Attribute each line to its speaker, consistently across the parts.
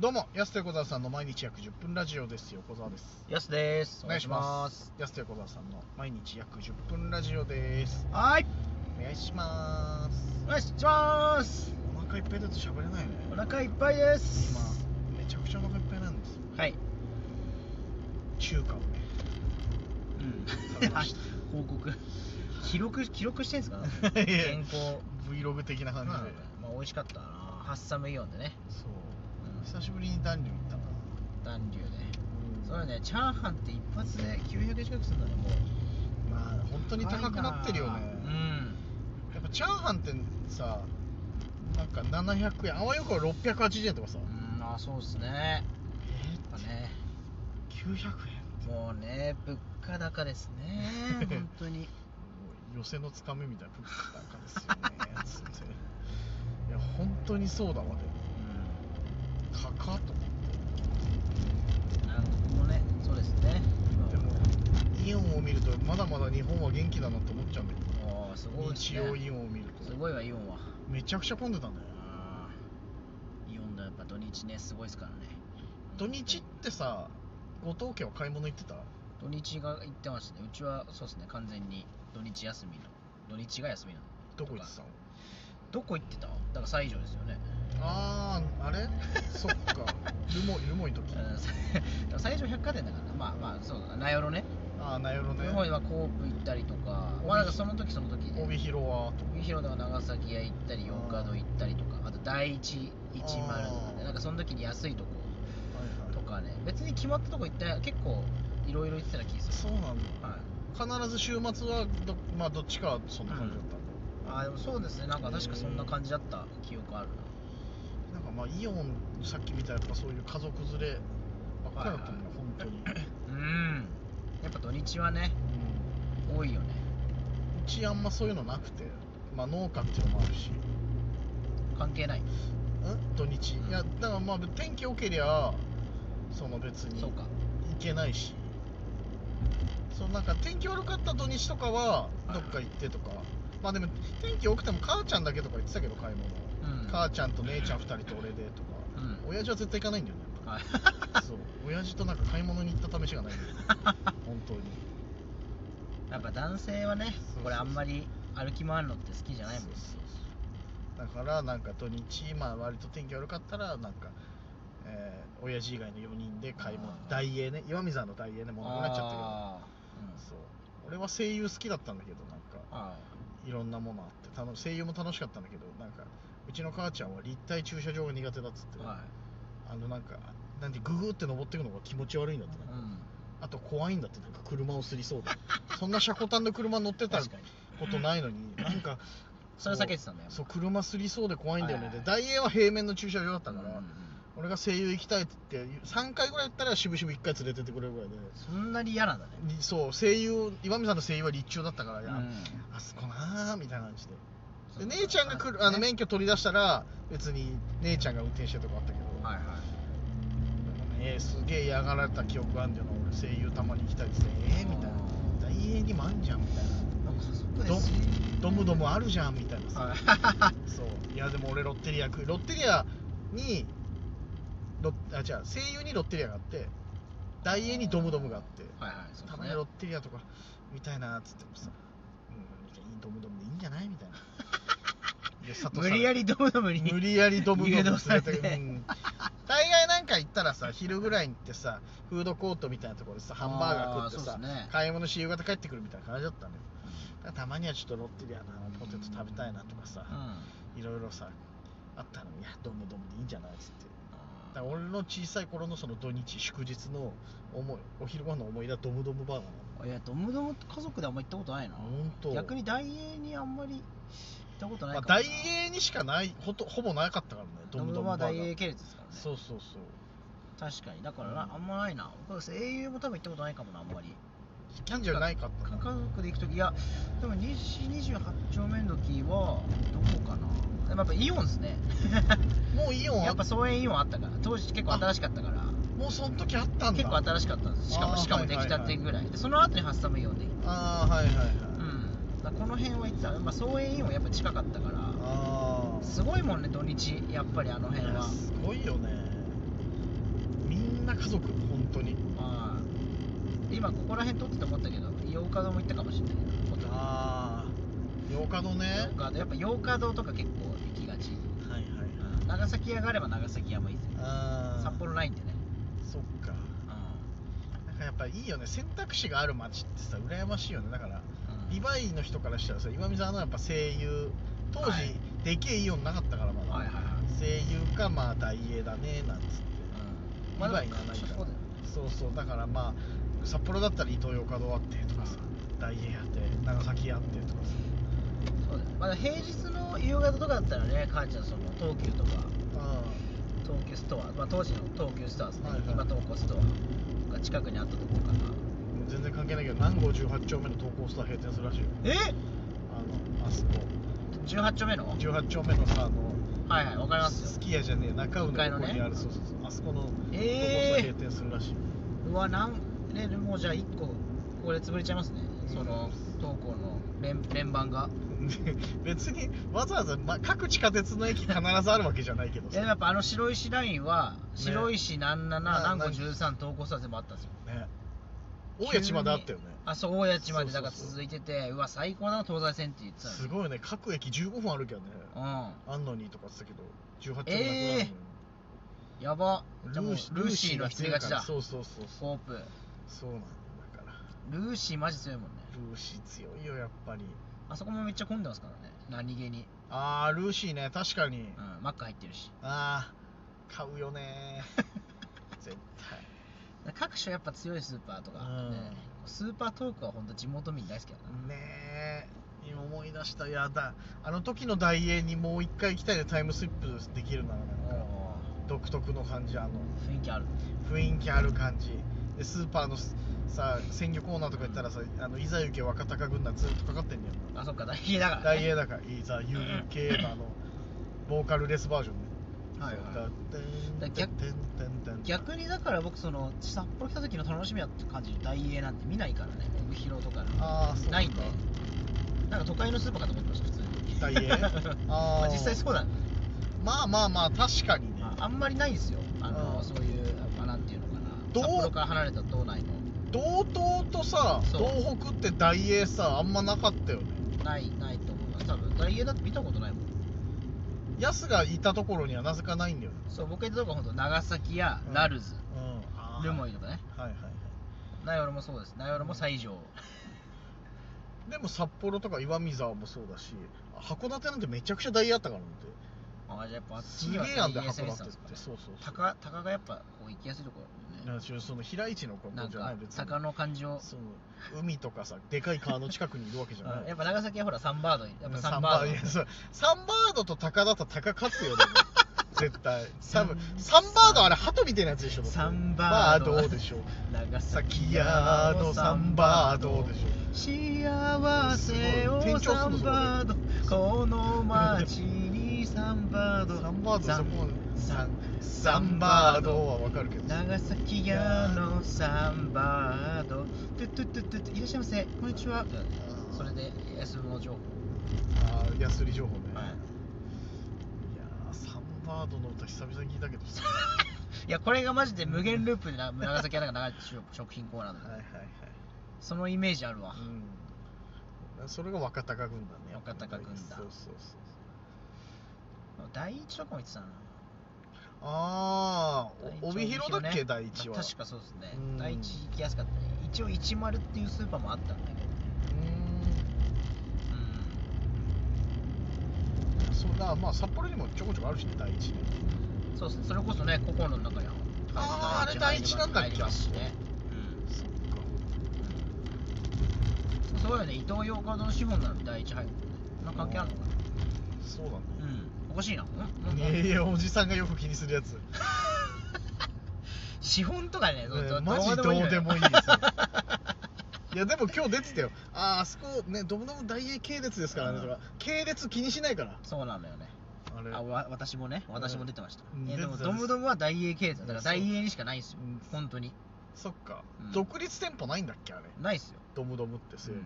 Speaker 1: どうも、安手小沢さんの毎日約10分ラジオです。横澤です。
Speaker 2: やすです。
Speaker 1: お願いします。。安手小沢さんの毎日約10分ラジオです。
Speaker 2: はい。
Speaker 1: お願いします。
Speaker 2: お願いします。
Speaker 1: お腹いっぱいだと喋れないね。
Speaker 2: お腹いっぱいです。
Speaker 1: 今、めちゃくちゃお腹いっぱいなんですよ。
Speaker 2: はい。
Speaker 1: 中華をね。 食べまし
Speaker 2: 報告。記録記録してんすか？
Speaker 1: た。 いや
Speaker 2: 健康。
Speaker 1: Vlog 的な
Speaker 2: まあ
Speaker 1: 感じで。
Speaker 2: まあ美味しかったな。ハッサムイオンでね。
Speaker 1: そう
Speaker 2: うん。
Speaker 1: 久しぶりに暖流行ったな。
Speaker 2: 暖流で。
Speaker 1: うん
Speaker 2: そうだね。チャーハンって一発で900円近くするんだね。もう。
Speaker 1: まあ、本当に高くなってるよね。
Speaker 2: うん。
Speaker 1: やっぱチャーハンってさ、なんか700円、あわよくば680円とかさ。
Speaker 2: うん。あそうっすね。やっぱね。
Speaker 1: 900円
Speaker 2: もうね物価高です ね。本当に。
Speaker 1: 寄せのつかみみたいな物価高ですよねつっていや本当にそうだわで
Speaker 2: うん。
Speaker 1: かかと思っ
Speaker 2: なるほどね、そうですね。
Speaker 1: てでもイオンを見るとまだまだ日本は元気だなって思っちゃうんだけ
Speaker 2: も、ああ、すご
Speaker 1: ど
Speaker 2: い、ね。
Speaker 1: 日曜イオンを見ると
Speaker 2: すごいわ、イオンは。
Speaker 1: めちゃくちゃ混んでたんだよ
Speaker 2: あーイオンのやっぱ土日ね、すごいですからね。
Speaker 1: 土日ってさ後藤家は買い物行ってた
Speaker 2: 土日が行ってましたね。うちはそうですね、完全に土日休みの。土日が休みなの。
Speaker 1: どこ行ってたの
Speaker 2: どこ行ってただから西条ですよね。
Speaker 1: あああれそっかルモイルモイの時
Speaker 2: うんさでも西条百貨店だからな、まあまあ、そうだな、名寄ね。
Speaker 1: ああなよろね
Speaker 2: ルモイはコープ行ったりとか、まあなんかその時その時で。
Speaker 1: 帯広はと
Speaker 2: 帯広では長崎屋行ったり、四日堂行ったりとか、あと第一一丸とか
Speaker 1: あー
Speaker 2: ね、なんかその時に安いとこ
Speaker 1: と
Speaker 2: と
Speaker 1: か
Speaker 2: かね、別に決まったとこ行った結構いろいろ行ってたような気がす
Speaker 1: そ
Speaker 2: る。
Speaker 1: うなんだ
Speaker 2: はい。
Speaker 1: 必ず週末はど,、まあ、どっちかはそんな感じだったんだ、
Speaker 2: あーでもそうですね、なんか確かそんな感じだった記憶ある
Speaker 1: なんかまあイオンさっきみたいなとかそういう家族連ればっかりだったんだ、
Speaker 2: はいはい
Speaker 1: 本当に、
Speaker 2: な。うん。やっぱ土日はね、多いよね。
Speaker 1: うちあんまそういうのなくて、まあ、農家っていうのもあるし
Speaker 2: 関係ない。
Speaker 1: ん土日いやだからまあ天気良けりゃその別に
Speaker 2: そう
Speaker 1: 行
Speaker 2: か。
Speaker 1: けないしそうなんか天気悪かった土日とかはどっか行ってとか、まあでも天気良くても母ちゃんだけとか言ってたけど買い物、
Speaker 2: うん。
Speaker 1: 母ちゃんと姉ちゃん2人と俺でとか、
Speaker 2: うん
Speaker 1: 親父は絶対行かないんだよねやっぱ
Speaker 2: はい。
Speaker 1: そう親父となんか買い物に行った試しがないんだよ本当に
Speaker 2: やっぱ男性はね
Speaker 1: そうそうそう、
Speaker 2: これあんまり歩き回るのって好きじゃないもん。
Speaker 1: そうそうそうだからなんか土日まあ割と天気悪かったらなんかえー親父以外の4人で買い物
Speaker 2: あー
Speaker 1: ダイエーね岩見沢のダイエーねもうなくなっちゃった
Speaker 2: あーうん
Speaker 1: けどそう俺は声優好きだったんだけどなんか
Speaker 2: あ
Speaker 1: いろんなものあって楽声優も楽しかったんだけどなんかうちの母ちゃんは立体駐車場が苦手だっつって、
Speaker 2: ー。はい。
Speaker 1: あのなんかなんでググって登っていくのが気持ち悪いんだってなんか
Speaker 2: うん。
Speaker 1: あと怖いんだってなんか車をすりそうでそんな車庫端の車乗ってたこ
Speaker 2: 確かに
Speaker 1: とないのになんか
Speaker 2: それ避けてたんだよ。
Speaker 1: そう車すりそうで怖いんだよね
Speaker 2: は
Speaker 1: で
Speaker 2: いはい
Speaker 1: 大英は平面の駐車場だったか
Speaker 2: うんうん
Speaker 1: ら
Speaker 2: うん
Speaker 1: 俺が声優行きたいって言って3回ぐらいやったら渋々1回連れてってくれるぐらいで
Speaker 2: そんなに嫌なんだね。
Speaker 1: にそう声優岩見さんの声優は立中だったから、いや
Speaker 2: うん
Speaker 1: あそこなーみたいな感じで
Speaker 2: そう
Speaker 1: で
Speaker 2: だ
Speaker 1: 姉ちゃんが来るあの
Speaker 2: ね
Speaker 1: 免許取り出したら別に姉ちゃんが運転してるとこあったけど、
Speaker 2: はいはい。
Speaker 1: でもねすげえ嫌がられた記憶あるんだよな俺声優たまに行きたいっつってええみたいな大英にもあんじゃんみたいな
Speaker 2: なんかそこ
Speaker 1: ど
Speaker 2: です
Speaker 1: ドムドムあるじゃんみたいなさ
Speaker 2: はい
Speaker 1: そういやでも俺ロッテリア食いロッテリアにロあ違う声優にロッテリアがあって大英にドムドムがあって
Speaker 2: はいはいそうですね
Speaker 1: たまにロッテリアとか見たいなっつってもさ、うん、いいドムドムでいいんじゃないみ たいなで佐藤さん
Speaker 2: 無理やりドムドムに
Speaker 1: 無理やりドムドム連れて
Speaker 2: 誘導されて
Speaker 1: うん大概なんか行ったらさ昼ぐらいに行ってさフードコートみたいなところでさハンバーガー食って
Speaker 2: あ
Speaker 1: さ、
Speaker 2: ーそうっすね
Speaker 1: 買い物し夕方帰ってくるみたいな感じだったのよだからたまにはちょっとロッテリアのあのポテト食べたいなとかさ、いろいろさあったのにいやどうもどうもでいいんじゃないっつってだから俺の小さい頃のその土日祝日の思いお昼ご飯の思い出はドムドムバーガーなの
Speaker 2: うんいやドムドムって家族であんま行ったことないな
Speaker 1: 本当
Speaker 2: 逆に大英にあんまり行ったことない
Speaker 1: まあ、
Speaker 2: かもな
Speaker 1: 大英にしかないほとほぼなかったからねド
Speaker 2: ド
Speaker 1: ム
Speaker 2: ム
Speaker 1: ド
Speaker 2: ド
Speaker 1: ム
Speaker 2: ム
Speaker 1: バー
Speaker 2: は
Speaker 1: ガ
Speaker 2: 大
Speaker 1: ー
Speaker 2: 英系列ですからね
Speaker 1: そうそうそう
Speaker 2: 確かにだからな
Speaker 1: うん
Speaker 2: あんまないな僕は英雄も多分行ったことないかもなあんまり
Speaker 1: なんじゃないかった
Speaker 2: 家
Speaker 1: な
Speaker 2: 族で行く時いやでも西28丁目の時はどこかなでもやっぱイオンですね
Speaker 1: もう イオンあ
Speaker 2: やっぱ総園イオンあったから当時結構新しかったから
Speaker 1: もうその時あったんだ
Speaker 2: 結構新しかったんですしか
Speaker 1: あ
Speaker 2: も
Speaker 1: ー
Speaker 2: しかも
Speaker 1: はい
Speaker 2: 出
Speaker 1: はいは
Speaker 2: 来
Speaker 1: い
Speaker 2: たてぐらいでその後にハッサムイオンで行っ
Speaker 1: ああはいはいはい、
Speaker 2: たうんだからこの辺は行ってたまあ総園イオンやっぱ近かったから
Speaker 1: ああ
Speaker 2: すごいもんね土日やっぱりあの辺は
Speaker 1: すごいよね家族本当に
Speaker 2: あー今ここら辺撮ってて思ったけど8日堂も行ったかもしれない
Speaker 1: ああ八日堂ね
Speaker 2: 8日堂やっぱ8日堂とか結構行きがち
Speaker 1: はいはいはい
Speaker 2: 長崎屋があれば長崎屋もいいですよ
Speaker 1: あー
Speaker 2: 札幌ないんでね
Speaker 1: そっかなんかやっぱいいよね選択肢がある街ってさ羨ましいよねだから
Speaker 2: うん
Speaker 1: リヴァイの人からしたらさ岩見沢のやっぱ声優当時、
Speaker 2: はい
Speaker 1: でけえイオンなかったからまだ、
Speaker 2: はいはいはい
Speaker 1: 声優かまあ大英だねなんつって
Speaker 2: まあ
Speaker 1: リヴァイ
Speaker 2: で
Speaker 1: が
Speaker 2: も
Speaker 1: ないから
Speaker 2: そうだよ
Speaker 1: そうそうだからまあ札幌だったらイトーヨーカドーあってとかさ大英あって長崎あってとかさ
Speaker 2: そうだよまあ平日の夕方とかだったらね母ちゃんその東急とか
Speaker 1: う
Speaker 2: 東急ストア、まあ、当時の東急ストアですね、
Speaker 1: はいはい
Speaker 2: 今東急ストアが近くにあったところかなん
Speaker 1: 全然関係ないけど南郷18丁目の投稿スター閉店するらしいよ
Speaker 2: え
Speaker 1: あのあそこ
Speaker 2: 18丁目のはい
Speaker 1: 18丁目のさあの
Speaker 2: はいわかります
Speaker 1: す
Speaker 2: よ
Speaker 1: き家じゃねえ中尾の
Speaker 2: 向かい
Speaker 1: と
Speaker 2: の
Speaker 1: こ
Speaker 2: ね
Speaker 1: にある、そうそうそうあそこの投稿スター
Speaker 2: えー
Speaker 1: 閉店するらしい、
Speaker 2: うわなんねもうじゃあ1個ここで潰れちゃいますね、
Speaker 1: うん
Speaker 2: その東高の連連番が
Speaker 1: で別にわざわざ、ま、各地下鉄の駅必ずあるわけじゃないけど
Speaker 2: えで
Speaker 1: さ、
Speaker 2: も
Speaker 1: ね
Speaker 2: やっぱあの白石ラインは、白石南7
Speaker 1: あ
Speaker 2: 南
Speaker 1: な
Speaker 2: 五
Speaker 1: ん
Speaker 2: 13東高ストア全部あったんですよ
Speaker 1: 大家地まであったよね
Speaker 2: あそう大谷地まで
Speaker 1: そ
Speaker 2: だ
Speaker 1: う
Speaker 2: か
Speaker 1: そう
Speaker 2: ら
Speaker 1: そう
Speaker 2: 続いててうわ最高だな東西線って言ってたの
Speaker 1: すごいね各駅15分あるけどね
Speaker 2: うん
Speaker 1: あんのにとかって言ってたけど18丁
Speaker 2: え
Speaker 1: 目
Speaker 2: ー
Speaker 1: なくなるのに
Speaker 2: やば
Speaker 1: ルー
Speaker 2: じゃあもう
Speaker 1: シ
Speaker 2: ルーシーの必要がちだ
Speaker 1: そうそうそうそう
Speaker 2: ホープ
Speaker 1: そうなんだから
Speaker 2: ルーシーマジ強いもんね
Speaker 1: ルーシー強いよやっぱり
Speaker 2: あそこもめっちゃ混んでますからね何気に、
Speaker 1: あールーシーね確かに、
Speaker 2: うん、マック入ってるし
Speaker 1: あー買うよ ね絶対
Speaker 2: 各所やっぱ強いスーパーとか、ねスーパートークは本当地元民大好きだな、
Speaker 1: ねえ今思い出したやだあの時の大英にもう一回行きたいねタイムスリップできるならなんか
Speaker 2: お
Speaker 1: 独特の感じあの
Speaker 2: ー雰囲気ある
Speaker 1: 雰囲気ある感じでスーパーのすさ鮮魚コーナーとか行ったらさあのいざゆけ若鷹軍団ずっとかかってんねや
Speaker 2: あそっか大変だか
Speaker 1: んな
Speaker 2: ら、ね、
Speaker 1: 大英だからいざゆけあのボーカルレスバージョンね
Speaker 2: はいはい
Speaker 1: そうてんてんてんてんてん
Speaker 2: 逆にだから僕その札幌来た時の楽しみやって感じる大英なんて見ないからね帯広とか
Speaker 1: ああそうか
Speaker 2: ないんでなんか都会のスーパーかと思ってました普通に
Speaker 1: 大英
Speaker 2: ま
Speaker 1: あ
Speaker 2: あ
Speaker 1: ー
Speaker 2: 実際そうだね
Speaker 1: まあまあまあ確かにね
Speaker 2: ああんまりないんですよあの
Speaker 1: うん
Speaker 2: そういう、まあ、なんていうのか
Speaker 1: ど
Speaker 2: な
Speaker 1: う
Speaker 2: 札幌から離れた道内の
Speaker 1: 道東とさ
Speaker 2: そう
Speaker 1: 東北って大英さあんまなかったよね
Speaker 2: ないないと思います多分大英だって見たことないもん
Speaker 1: ヤスがいたところにはなぜかないんだよね
Speaker 2: そう僕が行ったとこは本当長崎や、
Speaker 1: うん
Speaker 2: ラルズ
Speaker 1: うんあー
Speaker 2: ルモイとかね
Speaker 1: はいはいは
Speaker 2: ナヨロもそうですナヨロも西条、
Speaker 1: いでも札幌とか岩見沢もそうだし函館なんてめちゃくちゃ大英あったからね
Speaker 2: あじゃあやっぱあっち
Speaker 1: す
Speaker 2: に
Speaker 1: げ
Speaker 2: は
Speaker 1: えなんだ
Speaker 2: 大英
Speaker 1: 函
Speaker 2: 攻めてた
Speaker 1: 館
Speaker 2: ん
Speaker 1: っ
Speaker 2: で
Speaker 1: て
Speaker 2: す
Speaker 1: そ
Speaker 2: かね
Speaker 1: うそうそう
Speaker 2: 鷹鷹がやっぱこう行きやすいところだ
Speaker 1: な
Speaker 2: よ
Speaker 1: ん
Speaker 2: ね
Speaker 1: かその平市のこ
Speaker 2: な
Speaker 1: と
Speaker 2: ん
Speaker 1: じゃな
Speaker 2: か
Speaker 1: い別に
Speaker 2: 鷹の感じを
Speaker 1: その海とかさでかい川の近くにいるわけじゃな
Speaker 2: うん
Speaker 1: い
Speaker 2: やっぱ長崎はほらサンバードにやっぱサンバード
Speaker 1: いやそうサンバードと鷹だと鷹勝つよ でも絶対多分サ
Speaker 2: サン
Speaker 1: ンバードあれ鳩みたいなやつでしょだって
Speaker 2: サンバード
Speaker 1: バードでしょ
Speaker 2: 長
Speaker 1: 崎屋のサンバードでしょ
Speaker 2: 幸せを
Speaker 1: すごい転調する
Speaker 2: サン
Speaker 1: の
Speaker 2: バード
Speaker 1: そこ
Speaker 2: この街にサンバード
Speaker 1: サンバード
Speaker 2: サ
Speaker 1: そ
Speaker 2: ン
Speaker 1: こ
Speaker 2: サ
Speaker 1: サ
Speaker 2: ン
Speaker 1: ンサンバードはわかるけど
Speaker 2: 長崎屋のサンバードトゥトゥトゥトゥトゥいらっしゃいませこんにちは
Speaker 1: ー
Speaker 2: それで休みの情報
Speaker 1: あーヤスリ情報ね、
Speaker 2: はい
Speaker 1: い、やーサンバードの歌久々に聞いたけど さ
Speaker 2: いやこれがマジで無限ループでな長崎屋なんか長い食食品コーナー
Speaker 1: はい
Speaker 2: で、
Speaker 1: はいはい
Speaker 2: そのイメージあるわ、
Speaker 1: うんそれが若鷹軍団ね
Speaker 2: 若鷹軍団
Speaker 1: そうそうそう
Speaker 2: 第一とかも言ってたな
Speaker 1: ああ
Speaker 2: 第一
Speaker 1: 帯広だっけ
Speaker 2: ね
Speaker 1: 第一は
Speaker 2: 確かそうですね
Speaker 1: うん
Speaker 2: 第一行きやすかったね一応一丸っていうスーパーもあったんだけどね
Speaker 1: うーんそうだまあ札幌にもちょこちょこあるしね第一ね
Speaker 2: うんそうですねそれこそねココの中には
Speaker 1: あーあれ第一なんだっけ
Speaker 2: 入りますしね
Speaker 1: そっか
Speaker 2: うんそうだよね伊東洋華堂の資本なのに第一入るなんか関係あるのか
Speaker 1: そうだね
Speaker 2: なうんおかしいなうん
Speaker 1: いやいやおじさんがよく気にするやつ、ね
Speaker 2: 資本とかねどど
Speaker 1: マジど
Speaker 2: のよ
Speaker 1: うでもいいですよいやでも今日出てたよあーあそこねドムドム大英系列ですからねとか系列気にしないから
Speaker 2: そうなのよね
Speaker 1: あれ
Speaker 2: あわ私もね
Speaker 1: うん
Speaker 2: 私も出てました、
Speaker 1: うん
Speaker 2: いやでも
Speaker 1: 出てた
Speaker 2: ドムドムは大英系列だから
Speaker 1: うん
Speaker 2: 大英にしかないんですよ
Speaker 1: うん
Speaker 2: 本当に
Speaker 1: そっか、
Speaker 2: うん
Speaker 1: 独立店舗ないんだっけあれ
Speaker 2: ないっすよ
Speaker 1: ドムドムってそういえ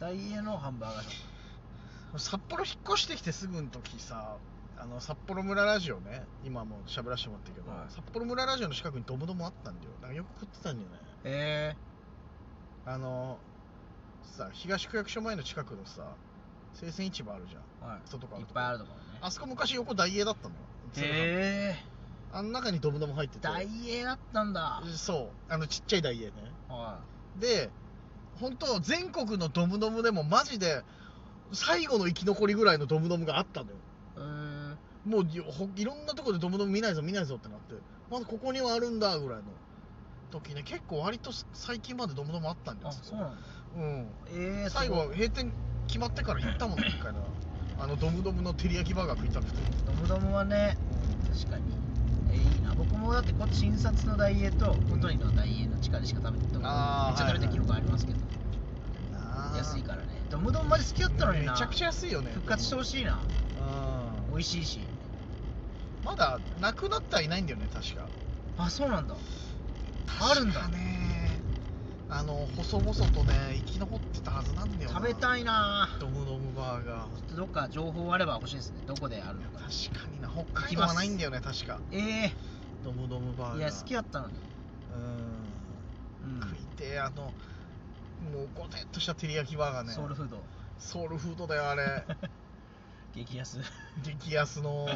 Speaker 1: ば、
Speaker 2: 大英のハンバーガーショップ
Speaker 1: 札幌引っ越してきてすぐの時さあの札幌村ラジオね今もう喋らせてもらったけど、
Speaker 2: はい
Speaker 1: 札幌村ラジオの近くにドムドムあったんだよなんかよく食ってたんだよね
Speaker 2: え
Speaker 1: あのさ東区役所前の近くのさ生鮮市場あるじゃん
Speaker 2: ー、はい
Speaker 1: 外から
Speaker 2: いっぱいあるところね
Speaker 1: あそこ昔横ダイエーだったのよ
Speaker 2: へえ
Speaker 1: あの中にドムドム入ってて
Speaker 2: ダイエーだったんだ
Speaker 1: そうあのちっちゃいダイエーね
Speaker 2: は
Speaker 1: で本当全国のドムドムでもマジで最後の生き残りぐらいのドムドムがあったのよ
Speaker 2: いえー、
Speaker 1: もうよほいろんなとこでドムドム見ないぞ見ないぞってなってまだここにはあるんだぐらいの時ね結構割と最近までドムドムあったんで
Speaker 2: あ
Speaker 1: すよ
Speaker 2: そうなんだ
Speaker 1: うん
Speaker 2: えー、
Speaker 1: 最後閉店決まってから行ったもんね一回なあのドムドムの照り焼きバーガー食いたくて
Speaker 2: すごいドムドムはね確かにえーいいな僕もだってこっち新札のダイエーと小鳥のダイエーの地下でしか食べてたこと
Speaker 1: あー
Speaker 2: めっちゃ食べた記憶ありますけど、安いからねドムドムまで好きだったのにな
Speaker 1: めちゃくちゃ
Speaker 2: ゃ
Speaker 1: 安いよね
Speaker 2: 復活してほ
Speaker 1: しい
Speaker 2: しいな美
Speaker 1: ま
Speaker 2: 味しいし
Speaker 1: だなくなってはいないんだよね確か
Speaker 2: あそうなんだあるんだ
Speaker 1: 確かねあの細々とね生き残ってたはずなんだよな
Speaker 2: 食べたいな
Speaker 1: ドムドムバーガー
Speaker 2: ちょっとどっか情報あれば欲しいですねどこであるのか
Speaker 1: 確かにな北海道はないんだよね確か
Speaker 2: ええ
Speaker 1: ドムドムバーガー
Speaker 2: いや好き
Speaker 1: や
Speaker 2: やったのに
Speaker 1: う
Speaker 2: うんん
Speaker 1: 食いてえあのもうゴテッとした照り焼きバーガーね
Speaker 2: ソウルフード
Speaker 1: ソウルフードだよあ れ
Speaker 2: 激安
Speaker 1: 激安 の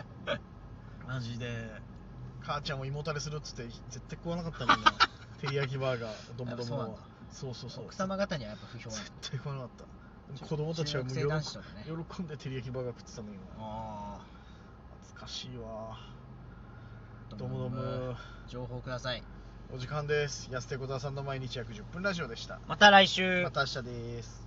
Speaker 1: マジで母ちゃんを胃もたれするっつって絶対食わなかったもん な照り焼きバーガードムドム
Speaker 2: やっ
Speaker 1: は
Speaker 2: ぱ
Speaker 1: そうそうそう
Speaker 2: 奥様方にはやっぱ不評なんだ
Speaker 1: 絶対食わなかった子供たちはもう喜
Speaker 2: 中学生男子とかね
Speaker 1: 喜んで照り焼きバーガー食ってたのよ
Speaker 2: あ
Speaker 1: 懐かしいわ
Speaker 2: ー
Speaker 1: どうもどうも
Speaker 2: 情報ください
Speaker 1: お時間です安手小沢さんの毎日約10分ラジオでした
Speaker 2: また来週
Speaker 1: また明日です